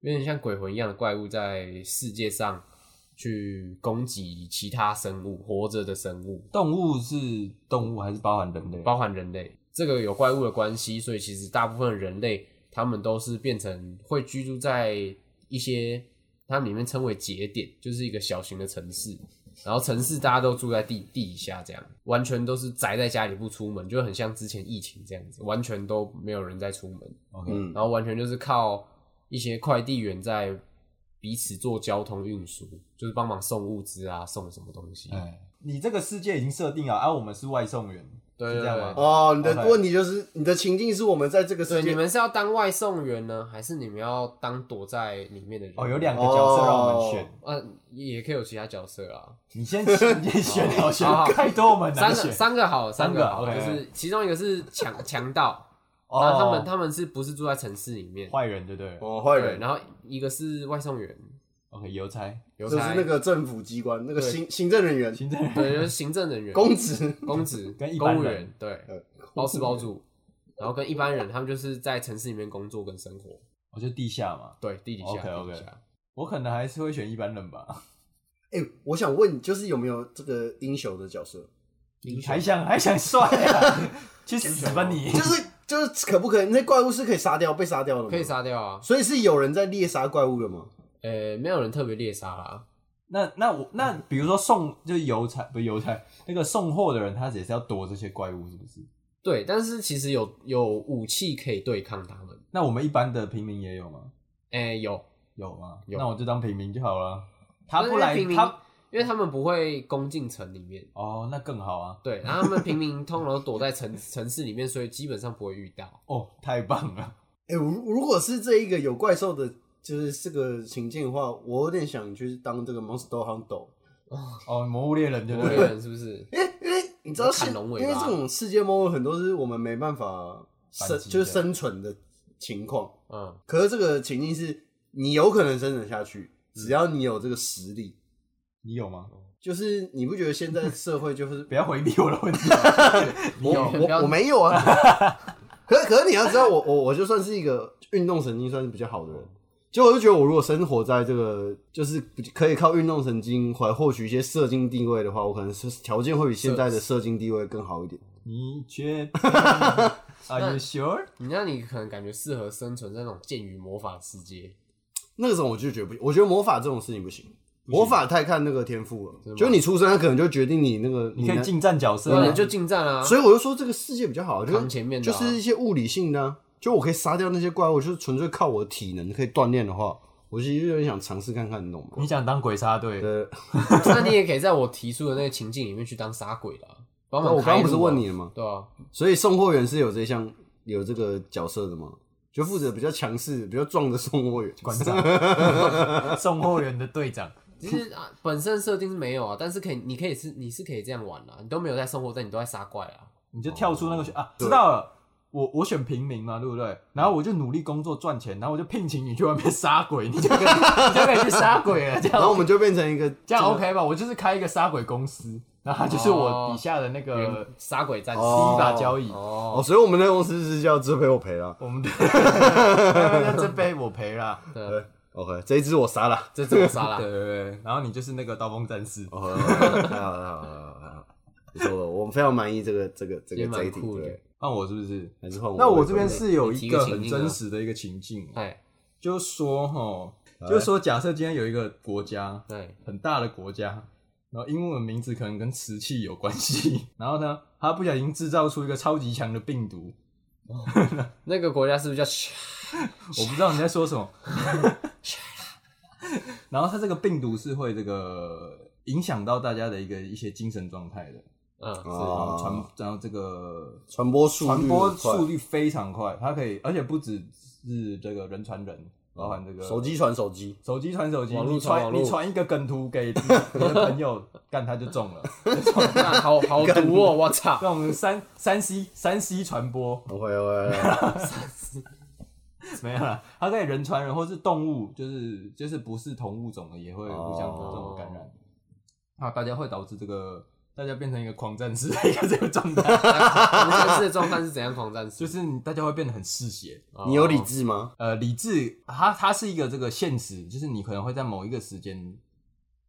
有点像鬼魂一样的怪物在世界上。去攻击其他生物，活着的生物，动物是动物还是包含人类？包含人类。这个有怪物的关系，所以其实大部分人类他们都是变成会居住在一些他们里面称为节点，就是一个小型的城市。然后城市大家都住在地地下，这样完全都是宅在家里不出门，就很像之前疫情这样子，完全都没有人在出门。 OK，嗯然后完全就是靠一些快递员在彼此做交通运输，就是帮忙送物资啊，送什么东西。哎，你这个世界已经设定了，而、啊、我们是外送员，对是这样对吗？哦，你的 OK 问题就是你的情境是我们在这个世对，界你们是要当外送员呢，还是你们要当躲在里面的人？哦，有两个角色让我们选，呃，也可以有其他角色啊。你先你先选哦好选好好太多，我们很三难个选。三个好，三个个好，就 OK 是其中一个是强强盗，然哦，后他们他们是不是住在城市里面？坏人对不对哦坏对，人，然后一个是外送员， ？OK，邮差、邮就是差那，个政府机关那个对行行政人员、行政人对，就是行政人员，公职， 公职 跟一般公务人员对呃，包吃包住，然后跟一般人他们就是在城市里面工作跟生活，我就地下嘛。对，地底下 OK，OK 地底下我可能还是会选一般人吧。哎、我想问，就是有没有这个英雄的角 色？你还想还想帅啊？ 去死吧你！就是就是可不可以？那怪物是可以杀掉，被杀掉的吗？可以，杀掉啊，所以是有人在猎杀怪物的吗？呃，没有人特别猎杀啦，那那我那嗯比如说送就是邮差不是邮差那个送货的人，他也是要躲这些怪物是不是？对，但是其实有有武器可以对抗他们，那我们一般的平民也有吗？哎，有，有吗？有那我就当平民就好了。他但是不来平民他因为他们不会攻进城里面。哦，那更好啊！对，然后他们平民通常都躲在城 城市里面，所以基本上不会遇到。哦，太棒了！哎、如如果是这一个有怪兽的，就是这个情境的话，我有点想去当这个 Monster Hunter。哦，魔物猎人对不魔对猎人是不是？因为因为哎你知道是，砍龙尾因巴为这种世界末日很多是我们没办法生反击的就是生存的情况。嗯，可是这个情境是你有可能生存下去，只要你有这个实力。你有吗？就是你不觉得现在社会就是 不要回避我的 问题。我有不我要我没有啊？可可是你要知道，我我我就算是一个运动神经算是比较好的人，就我就觉得我如果生活在这个就是可以靠运动神经来获取一些社经地位的话，我可能是条件会比现在的社经地位更好一点。你确定 ？Are you sure？你那你可能感觉适合生存在那种剑与魔法世界，那个时候我就觉得不行，我觉得魔法这种事情不行，魔法太看那个天赋了，就你出生，它可能就决定你那个你可以能近战角色所以啊，你就近战啊。所以我就说这个世界比较好，就是扛前面的就啊是一些物理性的啊、就我可以杀掉那些怪物，就是纯粹靠我的体能可以锻炼的话，我其实有点想尝试看看，你懂吗？你想当鬼杀队？呃， 那你也可以在我提出的那个情境里面去当杀鬼啦，帮忙、哦我刚刚不是问你？了吗？对啊，所以送货员是有这项有这个角色的吗？就负责比较强势、比较壮的送货员，馆 长， 送货员的队长。其实啊，本身设定是没有啊，但是可以，你可以是你是可以这样玩啦，你都没有在生活，但你都在杀怪啊。你就跳出那个选啊，知道了，我我选平民嘛，对不对？然后我就努力工作赚钱，然后我就聘请你去外面杀鬼，你就可以你就可以去杀鬼了，这 然后我样们就变成一个这样 OK 吧？我就是开一个杀鬼公司，然后它就是我底下的那个呃，杀鬼战士哦第一把交椅，哦，哦，所以我们那公司是叫这杯我赔了。我们的那这杯我赔了，对，啊对，OK，这一只我杀了。这怎么杀啦？对对对，然后你就是那个刀锋战士，哦，太好了，太好了，太好了，不错了，我们非常满意这个这个这也个蛮这一题，酷的对，换我是不是？还是换我。那我这边是有你提一个个情很境啊真实的一个情境，哎，就说哈，哎就说假设今天有一个国家，对，很大的国家，然后英文名字可能跟瓷器有关系， 然后呢，他不小心制造出一个超级强的病毒，那个国家是不是叫？我不知道你在说什么。 然后他这个病毒是会这个影响到大家的一个一些精神状态的， 嗯，然后啊，传然后这个传播速率传播很快速率非常快，它可以而且不只是这个人传人，包含这个啊手机传手机，手机传手机，网络你传传网络你传一个梗图给你的 朋友，干他就中了。那好好毒哦！我 操这，种三三 C 三 C 传播 OK OK，没有啦，啊它可以人传人，或是动物，就是就是不是同物种的也会互相这种感染，啊，大家会导致这个大家变成一个狂战士的一个这个状态， 狂战士的状态是怎样？狂战士就是你大家会变得很嗜血。哦你有理智吗？呃，理智，它它是一个这个现实，就是你可能会在某一个时间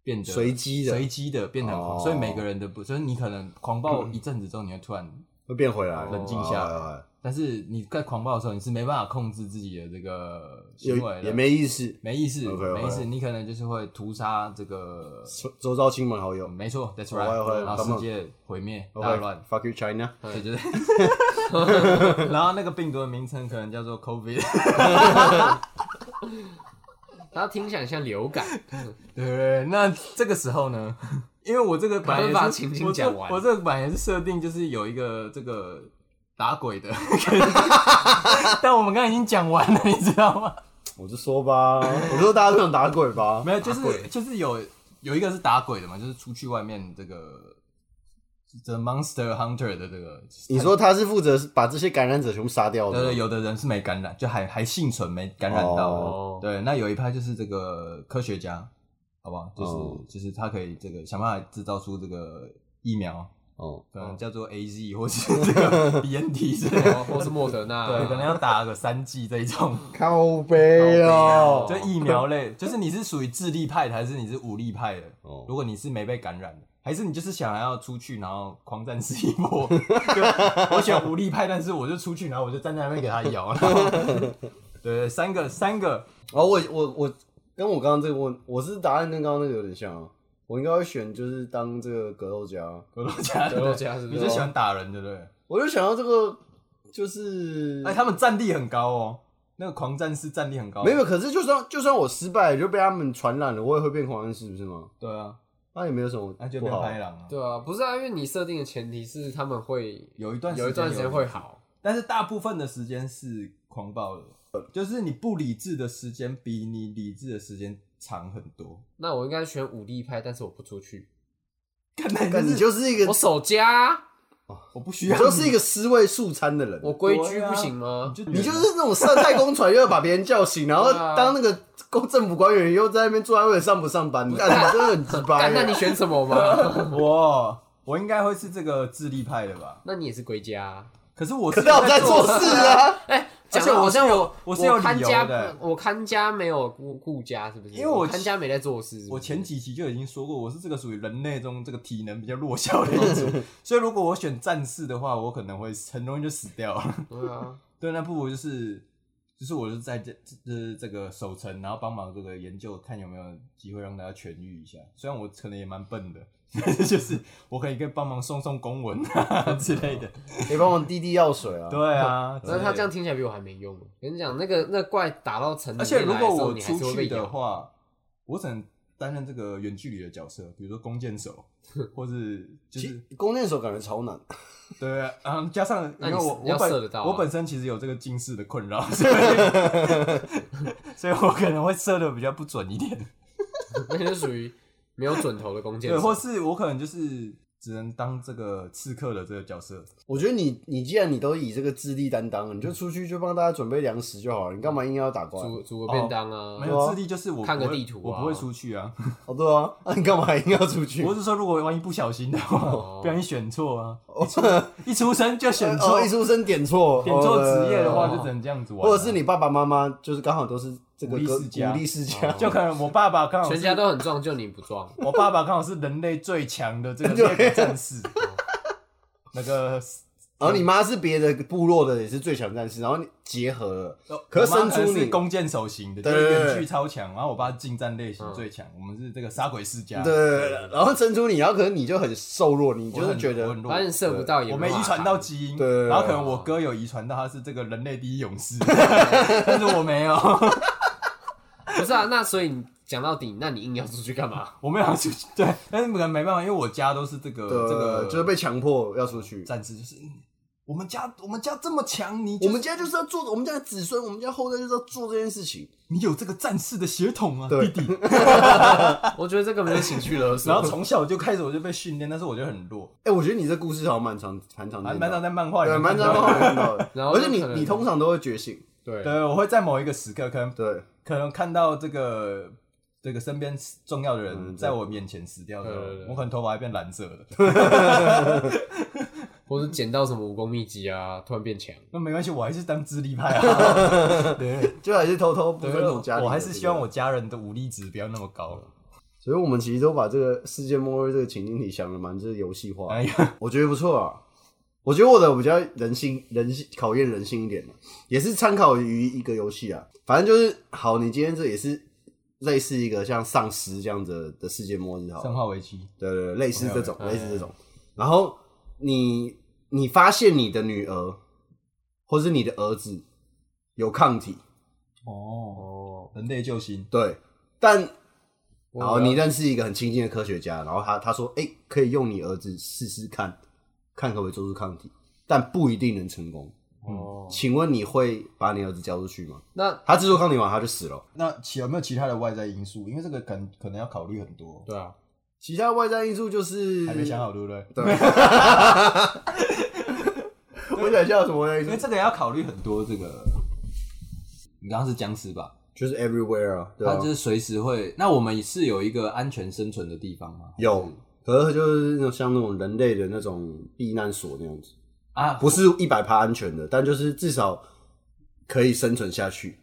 变得随机的随机的变得很狂，哦所以每个人的不，所以你可能狂暴一阵子之后，你会突然会变回来，冷静下来来来。但是你在狂暴的时候，你是没办法控制自己的这个行为的，也没意思没意思， OK，OK 没意思。你可能就是会屠杀这个，周周遭亲朋好友，没错，That's 我会 right，会然后他们世界毁灭、 OK，大乱， ，fuck you China，对，就是。 然后那个病毒的名称可能叫做 COVID，它听起来像流感，对对对。那这个时候呢， 因为我这个本来也把是情境我这讲完我这个本来也是设定就是有一个这个打 鬼的，但我们刚才已经讲完了，你知道吗？我就说吧， 我说大家都想打鬼吧，没有，就是就是有有一个是打鬼的嘛，就是出去外面这个 The Monster Hunter 的这个，你说他是负责把这些感染者全部杀掉对的对，，有的人是没感染，就还还幸存没感染到的。哦对，那有一派就是这个科学家，好不好？就是、哦就是他可以这个想办法制造出这个疫苗，哦，可能叫做 A Z 或是这个 B N T 之类的。哦或是莫德纳，哦对，可能要打个三剂这一种，靠背哦，就疫苗类，就是你是属于智力派的，还是你是武力派的？哦如果你是没被感染的，还是你就是想要出去，然后狂战士一 波？就我选无力派，但是我就出去，然后我就站在那边给他摇。然 后对，三个三个，哦，我我我跟我刚刚这个问，我是答案跟刚刚那个有点像啊，我应该会选就是当这个格斗家，格斗家，德洛加是不哦你是？就喜欢打人，对不对？我就想要这个就是哎，他们战力很高哦，那个狂战士战力很高，没有，可是就算就算我失败，就被他们传染了，我也会变狂人，是不是吗？对啊，那也没有什么那就不变好。拍狼啊。对啊，不是啊，因为你设定的前提是他们会有一段有一段时间会好，但是大部分的时间是狂暴的，就是你不理智的时间比你理智的时间长很多。那我应该选武力派，但是我不出去，但你就是一个我，守家啊，我不需你要，啊就是一个思维素餐的人。我规矩不行吗？就你就是那种上太空船又要把别人叫醒，然后对啊当那个公政府官员又在那边坐在位上不上班， 干你真的很鸡巴 欸干，那啊耶。你 选什么吗？我我应该会是这个智力派的吧？ 那你也是归家啊。可是我可是是我在做事 啊，哎，而讲且得好我是像有我我是有理看由家的不，我看家没有顾顾家，是不是？因为我看家没在做事是不是我前几期就已经说过，我是这个属于人类中这个体能比较弱小的一 组，所以如果我选战士的话，我可能会很容易就死掉了。对 啊，对，那不如就是就是我就在这就是这个守城，然后帮忙这个研究，看有没有机会让大家痊愈一下。虽然我可能也蛮笨的，但是就是嗯我可以跟帮忙送送公文啊 之类的。你帮我滴滴药水啊。 对啊，嗯那他这样听起来比我还没用。啊跟你讲，那个那怪打到城里而且面如来的果时候，我你还是出会被去的咬。话，我只能担任这个远距离的角色，比如说弓箭 手，或是就其是实弓箭手感觉超难，对啊，嗯，加上因那为你是我你要我射得到本啊我本身其实有这个近视的困扰， 所以所以我可能会射的比较不准一点，那就属于没有准头的弓箭对，手。或是我可能就是只能当这个刺客的这个角色，我觉得你你既然你都以这个智力担当，你就出去就帮大家准备粮食就好了，你干嘛硬要打怪？煮煮个便当啊，哦没有智力就是我看个不会地图啊我不会出去 啊，哦，对啊，那你干嘛硬要出去？我是说如果万一不小心的话，不小心选错啊，一出生就选错哦，一，出生点错，点错职业的话哦就只能这样子玩啊，或者是你爸爸妈妈就是刚好都是这个武力歌世家武力世家，就可能我爸爸刚好全是家都很壮，就你不壮。 我爸爸刚好是人类最强的 这个猎狗战士，哦那个然后你妈是别的部落的，也是最强战士，然后你结合了，哦可是我妈生可能出你，是弓箭手型的，就对是对远对距超强，然后我爸是近战类型最强，我们是这个杀鬼世家，对，然后生出你，然后可能你就很瘦弱，你我就很是觉我得很弱反正射不到也我没没办遗法传到基因，对对对然后可能我哥有遗传到他是这个人类第一勇士， 但是我没有， 不是啊，那所以你讲到底，那你硬要出去 干嘛？我没有出去，对，但是可能没办法，因为我家都是这个呃这个就是被强迫要出去。战士，就是嗯我们家我们家这么强，你我就们家就是要做，我们家的子孙，我们家后代就是要做这件事情。你有这个战士的血统啊，对弟 弟，我觉得这个没有情绪勒索。然后从小就开始我就被训练，但是我就很弱，哎、我觉得你这故事好像蛮长，蛮长，蛮蛮常在漫画里对，面蛮看长，到蛮的，好看 到的。然后而且你就可能你通常都会觉醒，对对，我会在某一个时刻可能对，可能看到这个这个身边重要的人嗯在我面前死掉的时候对对对我可能头发还变蓝色了。或者捡到什么武功秘籍啊，突然变强。那没关系，我还是当智力派 啊。对，就还是偷偷不对尊重家里的我还是希望这个我家人的武力值不要那么高。所以我们其实都把这个世界末日这个情境题想的蛮就是游戏化哎，呀，我觉得不错啊。我觉得我的比较人性、人性考验人性一点的，也是参考于一个游戏啊。反正就是好，你今天这也是类似一个像丧尸这样子的世界末日好了，生化危机，对对，对类似这种， OK，OK，类似这种。然后你你发现你的女儿或是你的儿子有抗体，哦，哦，人类救星，对，但我然后你认识一个很亲近的科学家，然后他他说，哎、可以用你儿子试试看，看可不可以做出抗体，但不一定能成功。哦，请问你会把你儿子交出去吗？那他制作抗体完他就死了。那其有没有其他的外在因素？因为这个可能可能要考虑很多，对啊，其他外在因素就是还没想好，对不对？ 对，我想叫什么外在因因素为？这个要考虑很多。这个，你刚刚是僵尸吧？就是 everywhere 啊，对它啊，就是随时会。那我们是有一个安全生存的地方吗？有，可是就是那种像那种人类的那种避难所那样子，啊，不是一百趴安全的，但就是至少可以生存下去。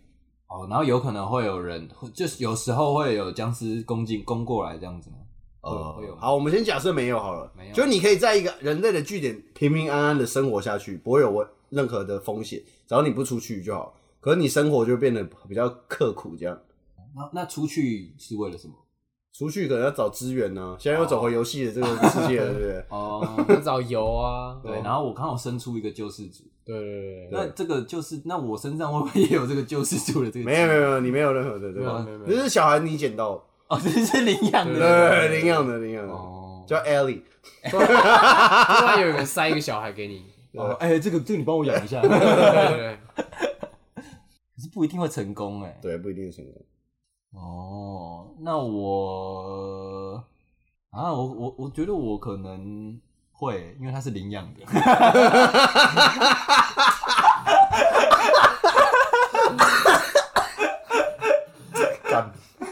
哦，然后有可能会有人，就是有时候会有僵尸攻进攻过来这样子吗？呃会有，好，我们先假设没有好了，没有就你可以在一个人类的据点平平安安的生活下去，不会有任何的风险，只要你不出去就好。可是你生活就变得比较刻苦，这样那那出去是为了什么？出去可能要找资源呢、现在又走回游戏的这个世界了，对不对？ 哦，要找油啊，对，然后我刚好生出一个救世主，对对对对，那这个就是那我身上会不会也有这个救世主的这个技能？没有没有没有，你没有任何的，对没有吧没有？没只有是小孩你捡到，哦，这是领养对的对，领养的领养的，哦。叫 Ellie。 突然有人塞一个小孩给你，哦哎、这个这个你帮我养一下，对可对对，是不一定会成功哎、对，不一定 成功。哦，那我啊，我我我觉得我可能会，因为他是领养的。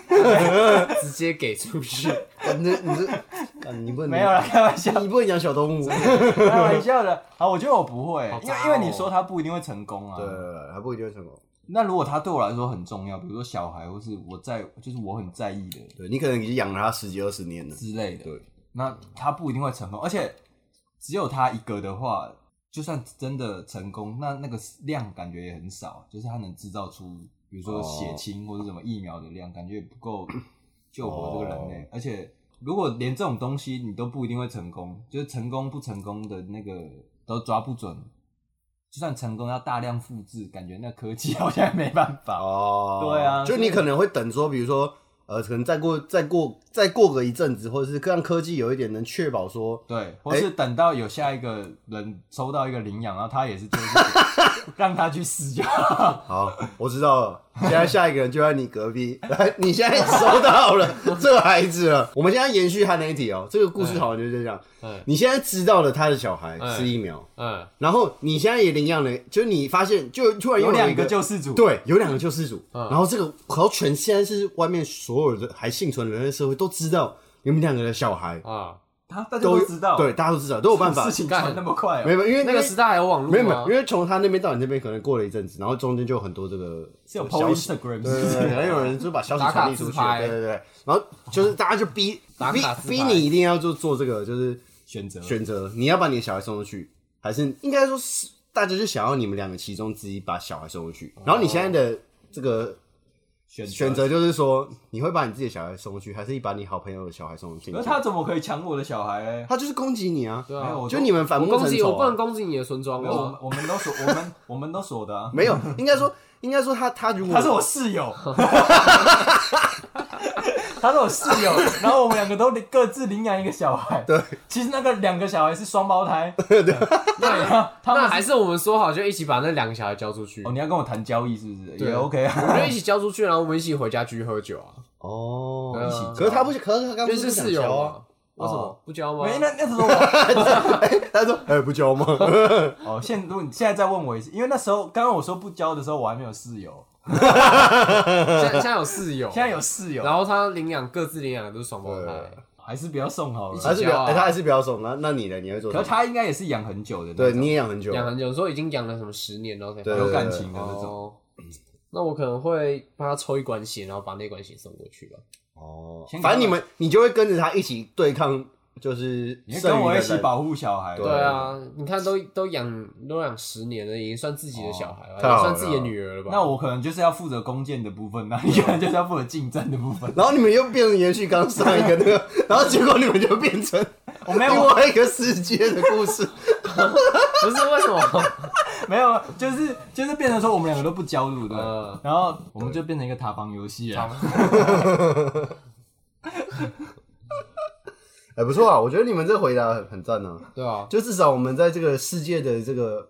对直接给 出去，哦你这你这，干啊你不能 没有 啦，开玩笑，你不能养小动物。开玩笑的。好，我觉得我不会，好因为杂哦因为你说他不一定会成功啊。对，还不一定会成功。那如果他对我来说很重要，比如说小孩，或是我在，就是我很在意的对你可能已经养了它十几二十年了。之类的，对，那他不一定会成功。而且只有他一个的话，就算真的成功，那那个量感觉也很少，就是他能制造出，比如说哦血清或者什么疫苗的量，感觉也不 够救活这个人哦类。而且如果连这种东西你都不一定会成功，就是成功不成功的那个都抓不准。就算成功要大量复制，感觉那科技好 像也没办法。哦对啊就所你以可能会等说，比如说，呃，可能再过再过再过个一阵子，或者是让科技有一点能确保说，对，或是等到有下一个人收到一个领养，然后他也是就是 让他去死就好。好，我知道了，现在下一个人就在你隔壁， 来，你现在收到了这个孩子了。我们现在延续他那一题哦，这个哎故事好像就是这样。嗯你现在知道了他的小孩哎吃疫苗，嗯，然后你现在也领养了，就是你发现就突然有又两哎一个救世主，，对，有两个救世主，嗯然后这个好像全现在是外面所有的还幸存的人类社会都知道你们两个的小孩啊，他大家都知道，对，，大家都知道，都有办法事，情传那么快、没哦，有，因为那个时代还有网没有络啊没吗有，？因为从他那边到你那边可能过了一阵子，然后中间就有很多这个是有 PO 消息， Instagram 对是不对是对，可能有人就把消息打卡传递出自去，拍对对对，然后就是大家就逼 打逼卡自逼拍你一定要就做这个，就是选择选择你要把你的小孩送出去，还是应该说是大家就想要你们两个其中之一把小孩送出哦去，然后你现在的这个选选。择就是说，你会把你自己的小孩送过去，还是把你好朋友的小孩送进可去？是他怎么可以抢我的小孩、欸？他就是攻击你啊！对没有，啊我，就都你们反我目攻成击我仇不能啊、攻击你的村庄没有，我们哦，我们都锁，我们我们都锁的啊。没有，应该说，应该说他嗯他如果他是我室友，他是我室友，然后我们两个都各自领养一个小孩。对，其实那个两个小孩是双 胞胎。对，那他那们 还是我们说好就一起把那两个小孩交出去，哦，我你要跟我谈交易是不是？对也 OK 啊。们就一起交出去，然后我们一起回家继续喝酒 啊，哦对啊可是他不是，可是他刚就刚是不想室友交啊啊，，为什么不交吗？哦没那那时候我 他说哎、 不交吗？哦，现如果你现在再问我一次，因为那时候刚刚我说不交的时候，我还没有室友，现在现在有 室友，现在有室友，然后他领养各自领养的都是双胞胎，还是不要送好还了。是不要，啊哎他还是不要送。那那你呢？你会做什可么？是他应该也是养很久的那种，对你也养很久，养很久，说已经养了什么十年，然后才对有感情的那种。哦，那我可能会帮他抽一管血，然后把那管血送过去吧。哦先。反正你们，你就会跟着他一起对抗就是你剩跟余我一的起人保护小孩，对对啊，你看都都养都养十年了，已经算自己的小孩了，太好了也算自己的女儿了吧？那我可能就是要负责弓箭的部分，那你可能就是要负责近战的部分。然后你们又变成延续刚上一个那个， 然后结果你们就变成 我没有另外一个世界的故事。不是为什么？没有，就是就是变成说我们两个都不交流的，嗯呃然后我们就变成一个塔防游戏了。 哎，不错啊，我觉得你们这回答很很赞啊！ 对啊，就至少我们在这个世界的这个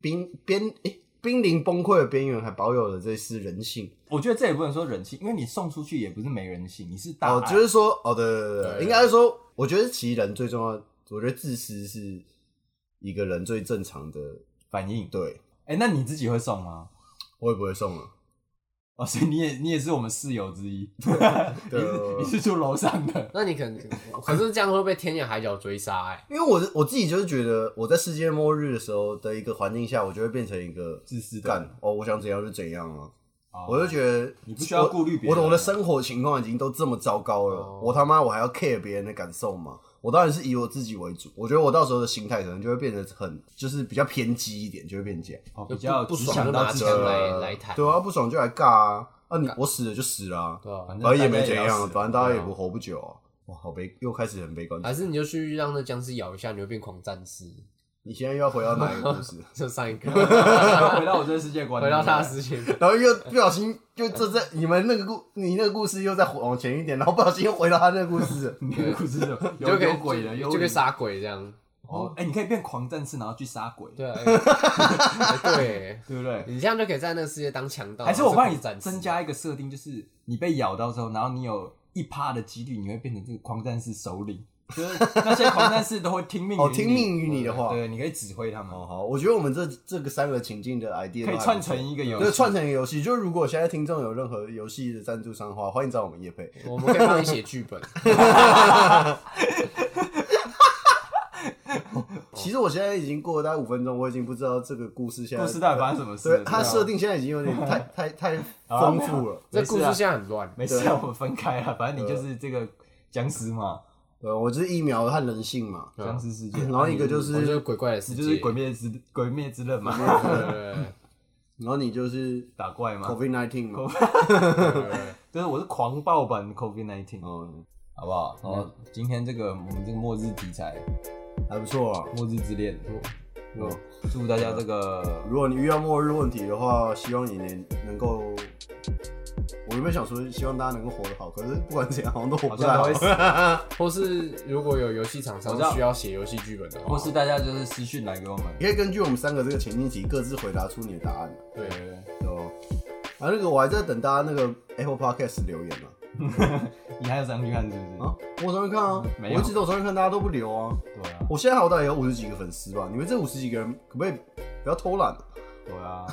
濒边诶濒临崩溃的边缘，还保有了这丝人性。我觉得这也不能说人性，因为你送出去也不是没人性，你是大爱。哦，就是说，哦，对对对对，对应该是说，我觉得其实人最重要，我觉得自私是一个人最正常的。反应。对，哎、那你自己会送吗？我也不会送啊。哦，所以你也你也是我们室友之一，对你是你是住楼上的。那你可能可是这样会被天涯海角追杀哎、因为我我自己就是觉得，我在世界末日的时候的一个环境下，我就会变成一个自私的干哦，我想怎样就怎样啊。哦我就觉得你不需要顾虑别人啊哦我，我的我的生活情况已经都这么糟糕了，我他妈我还要 care 别人的感受吗？我当然是以我自己为主。我觉得我到时候的心态可能就会变得很，就是比较偏激一点，就会变这样。哦比较不只爽想就到拿自己出来的呃来谈对啊，不爽就来尬啊！啊你我死了就死了啊，对啊哦反反正也正没怎样，反反正大家也不活不久啊。哇，好悲，又开始很悲观。还是你就去让那僵尸咬一下，你就变狂战士。你现在又要回到哪一个故 事？就上一个， 回到我这个世界观，回到他的世界，然后又不小心就这这你们那个故你那个故事又再往前一点，然后不小心又回到他那个故 事了。你的故事有你 就有可以有鬼的，有就就可以鬼。杀鬼这样。哦，哎，你可以变狂战士，然后去杀鬼，对 啊，哎对，哦对不对？你这样就可以在那个世界当强盗。啊还是我帮你斩增加一个设定，就是你被咬到之后，然后你有一趴的几率，你会变成这个狂战士首领，就是那些狂战士都会听命于你哦，听命于你的话。对，你可以指挥他们。哦，好，我觉得我们这这个三个情境的 idea 都还可以不错串成一个游戏对，串成一个游戏。就是如果现在听众有任何游戏的赞助商的话，欢迎找我们叶配。我们可以帮你写剧 本。哦其实我现在已经过了大概五分钟，我已经不知道这个故事 现在故事到底发生什么事啊了？呃啊对它设定现在已经有点太太太丰富了。这没事故事啊现在很乱， 没事啊，我们分开了，反啊正你就是这个僵尸嘛，呃，我就是疫苗和人性嘛，僵尸世界，啊然后一个就啊我就是是，鬼怪的世啊你界，就是鬼灭之鬼灭之刃嘛，对。对然后你就是 打怪嘛， COVID nineteen 哦嘛。对对对就是我是狂暴版 COVID nineteen，哦，嗯好不好？好，今天这个我们这个末日题材，还不错啊。末日之恋，哦嗯祝大家这个如果你遇到末日问题的话，希望你能能够，我原本想说希望大家能够活得好，可是不管怎样，好像都活好不太像都好会。死，或是如果有游戏厂商我知道需要写游戏剧本的话， 或是大家就是私讯来给我们，你可以根据我们三个这个情境题各自回答出你的答案，对对对对吧？啊，那个我还在等大家那个 Apple Podcast 留言呢、对你还有上去看是不是？啊。我上面看啊，没有我一直都有上面看，大家都不留啊。对啊，我现在好歹也有五十几个粉丝吧？你们这五十几个人可不可以不要偷懒、啊？对啊，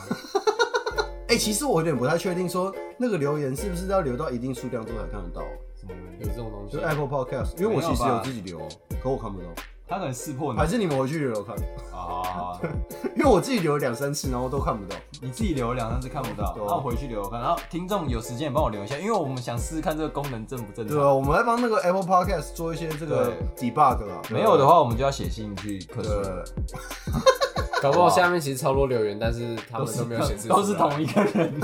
哎、其实我有点不太确定，说那个留言是不是要留到一定数量之后才看得到、什么东西有这种东西就，Apple Podcast，因为我其实有自己留哦，可我看不到。他可能识破你还是你们回去留留看， 啊，因为我自己留了两三次，然后都看不到。你自己留两三次看不到，对啊然后回去留看，然后听众有时间也帮我留一下，因为我们想试试看这个功能正不正对常。啊，我们来帮那个 Apple Podcast 做一些这个 debug 啊。没有的，话，我们就要写信去客对，啊诉，搞不好下面其实超多留言，但是他都们是没有显示出来，都是啊同一个 人。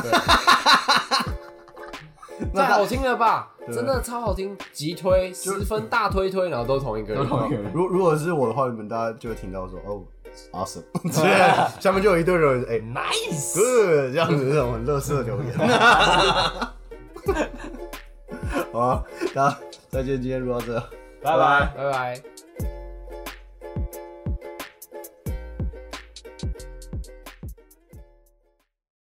太好听了吧？对真的超好听，急推十分大推推，然后都同一个啊人，都同一个人如如果是我的话，你们大家就会听到说哦，awesome，对，下面就有一堆人哎、 Nice， good 这样子这种很乐色留言。好啊，大家再见，今天录到这。拜拜。拜拜。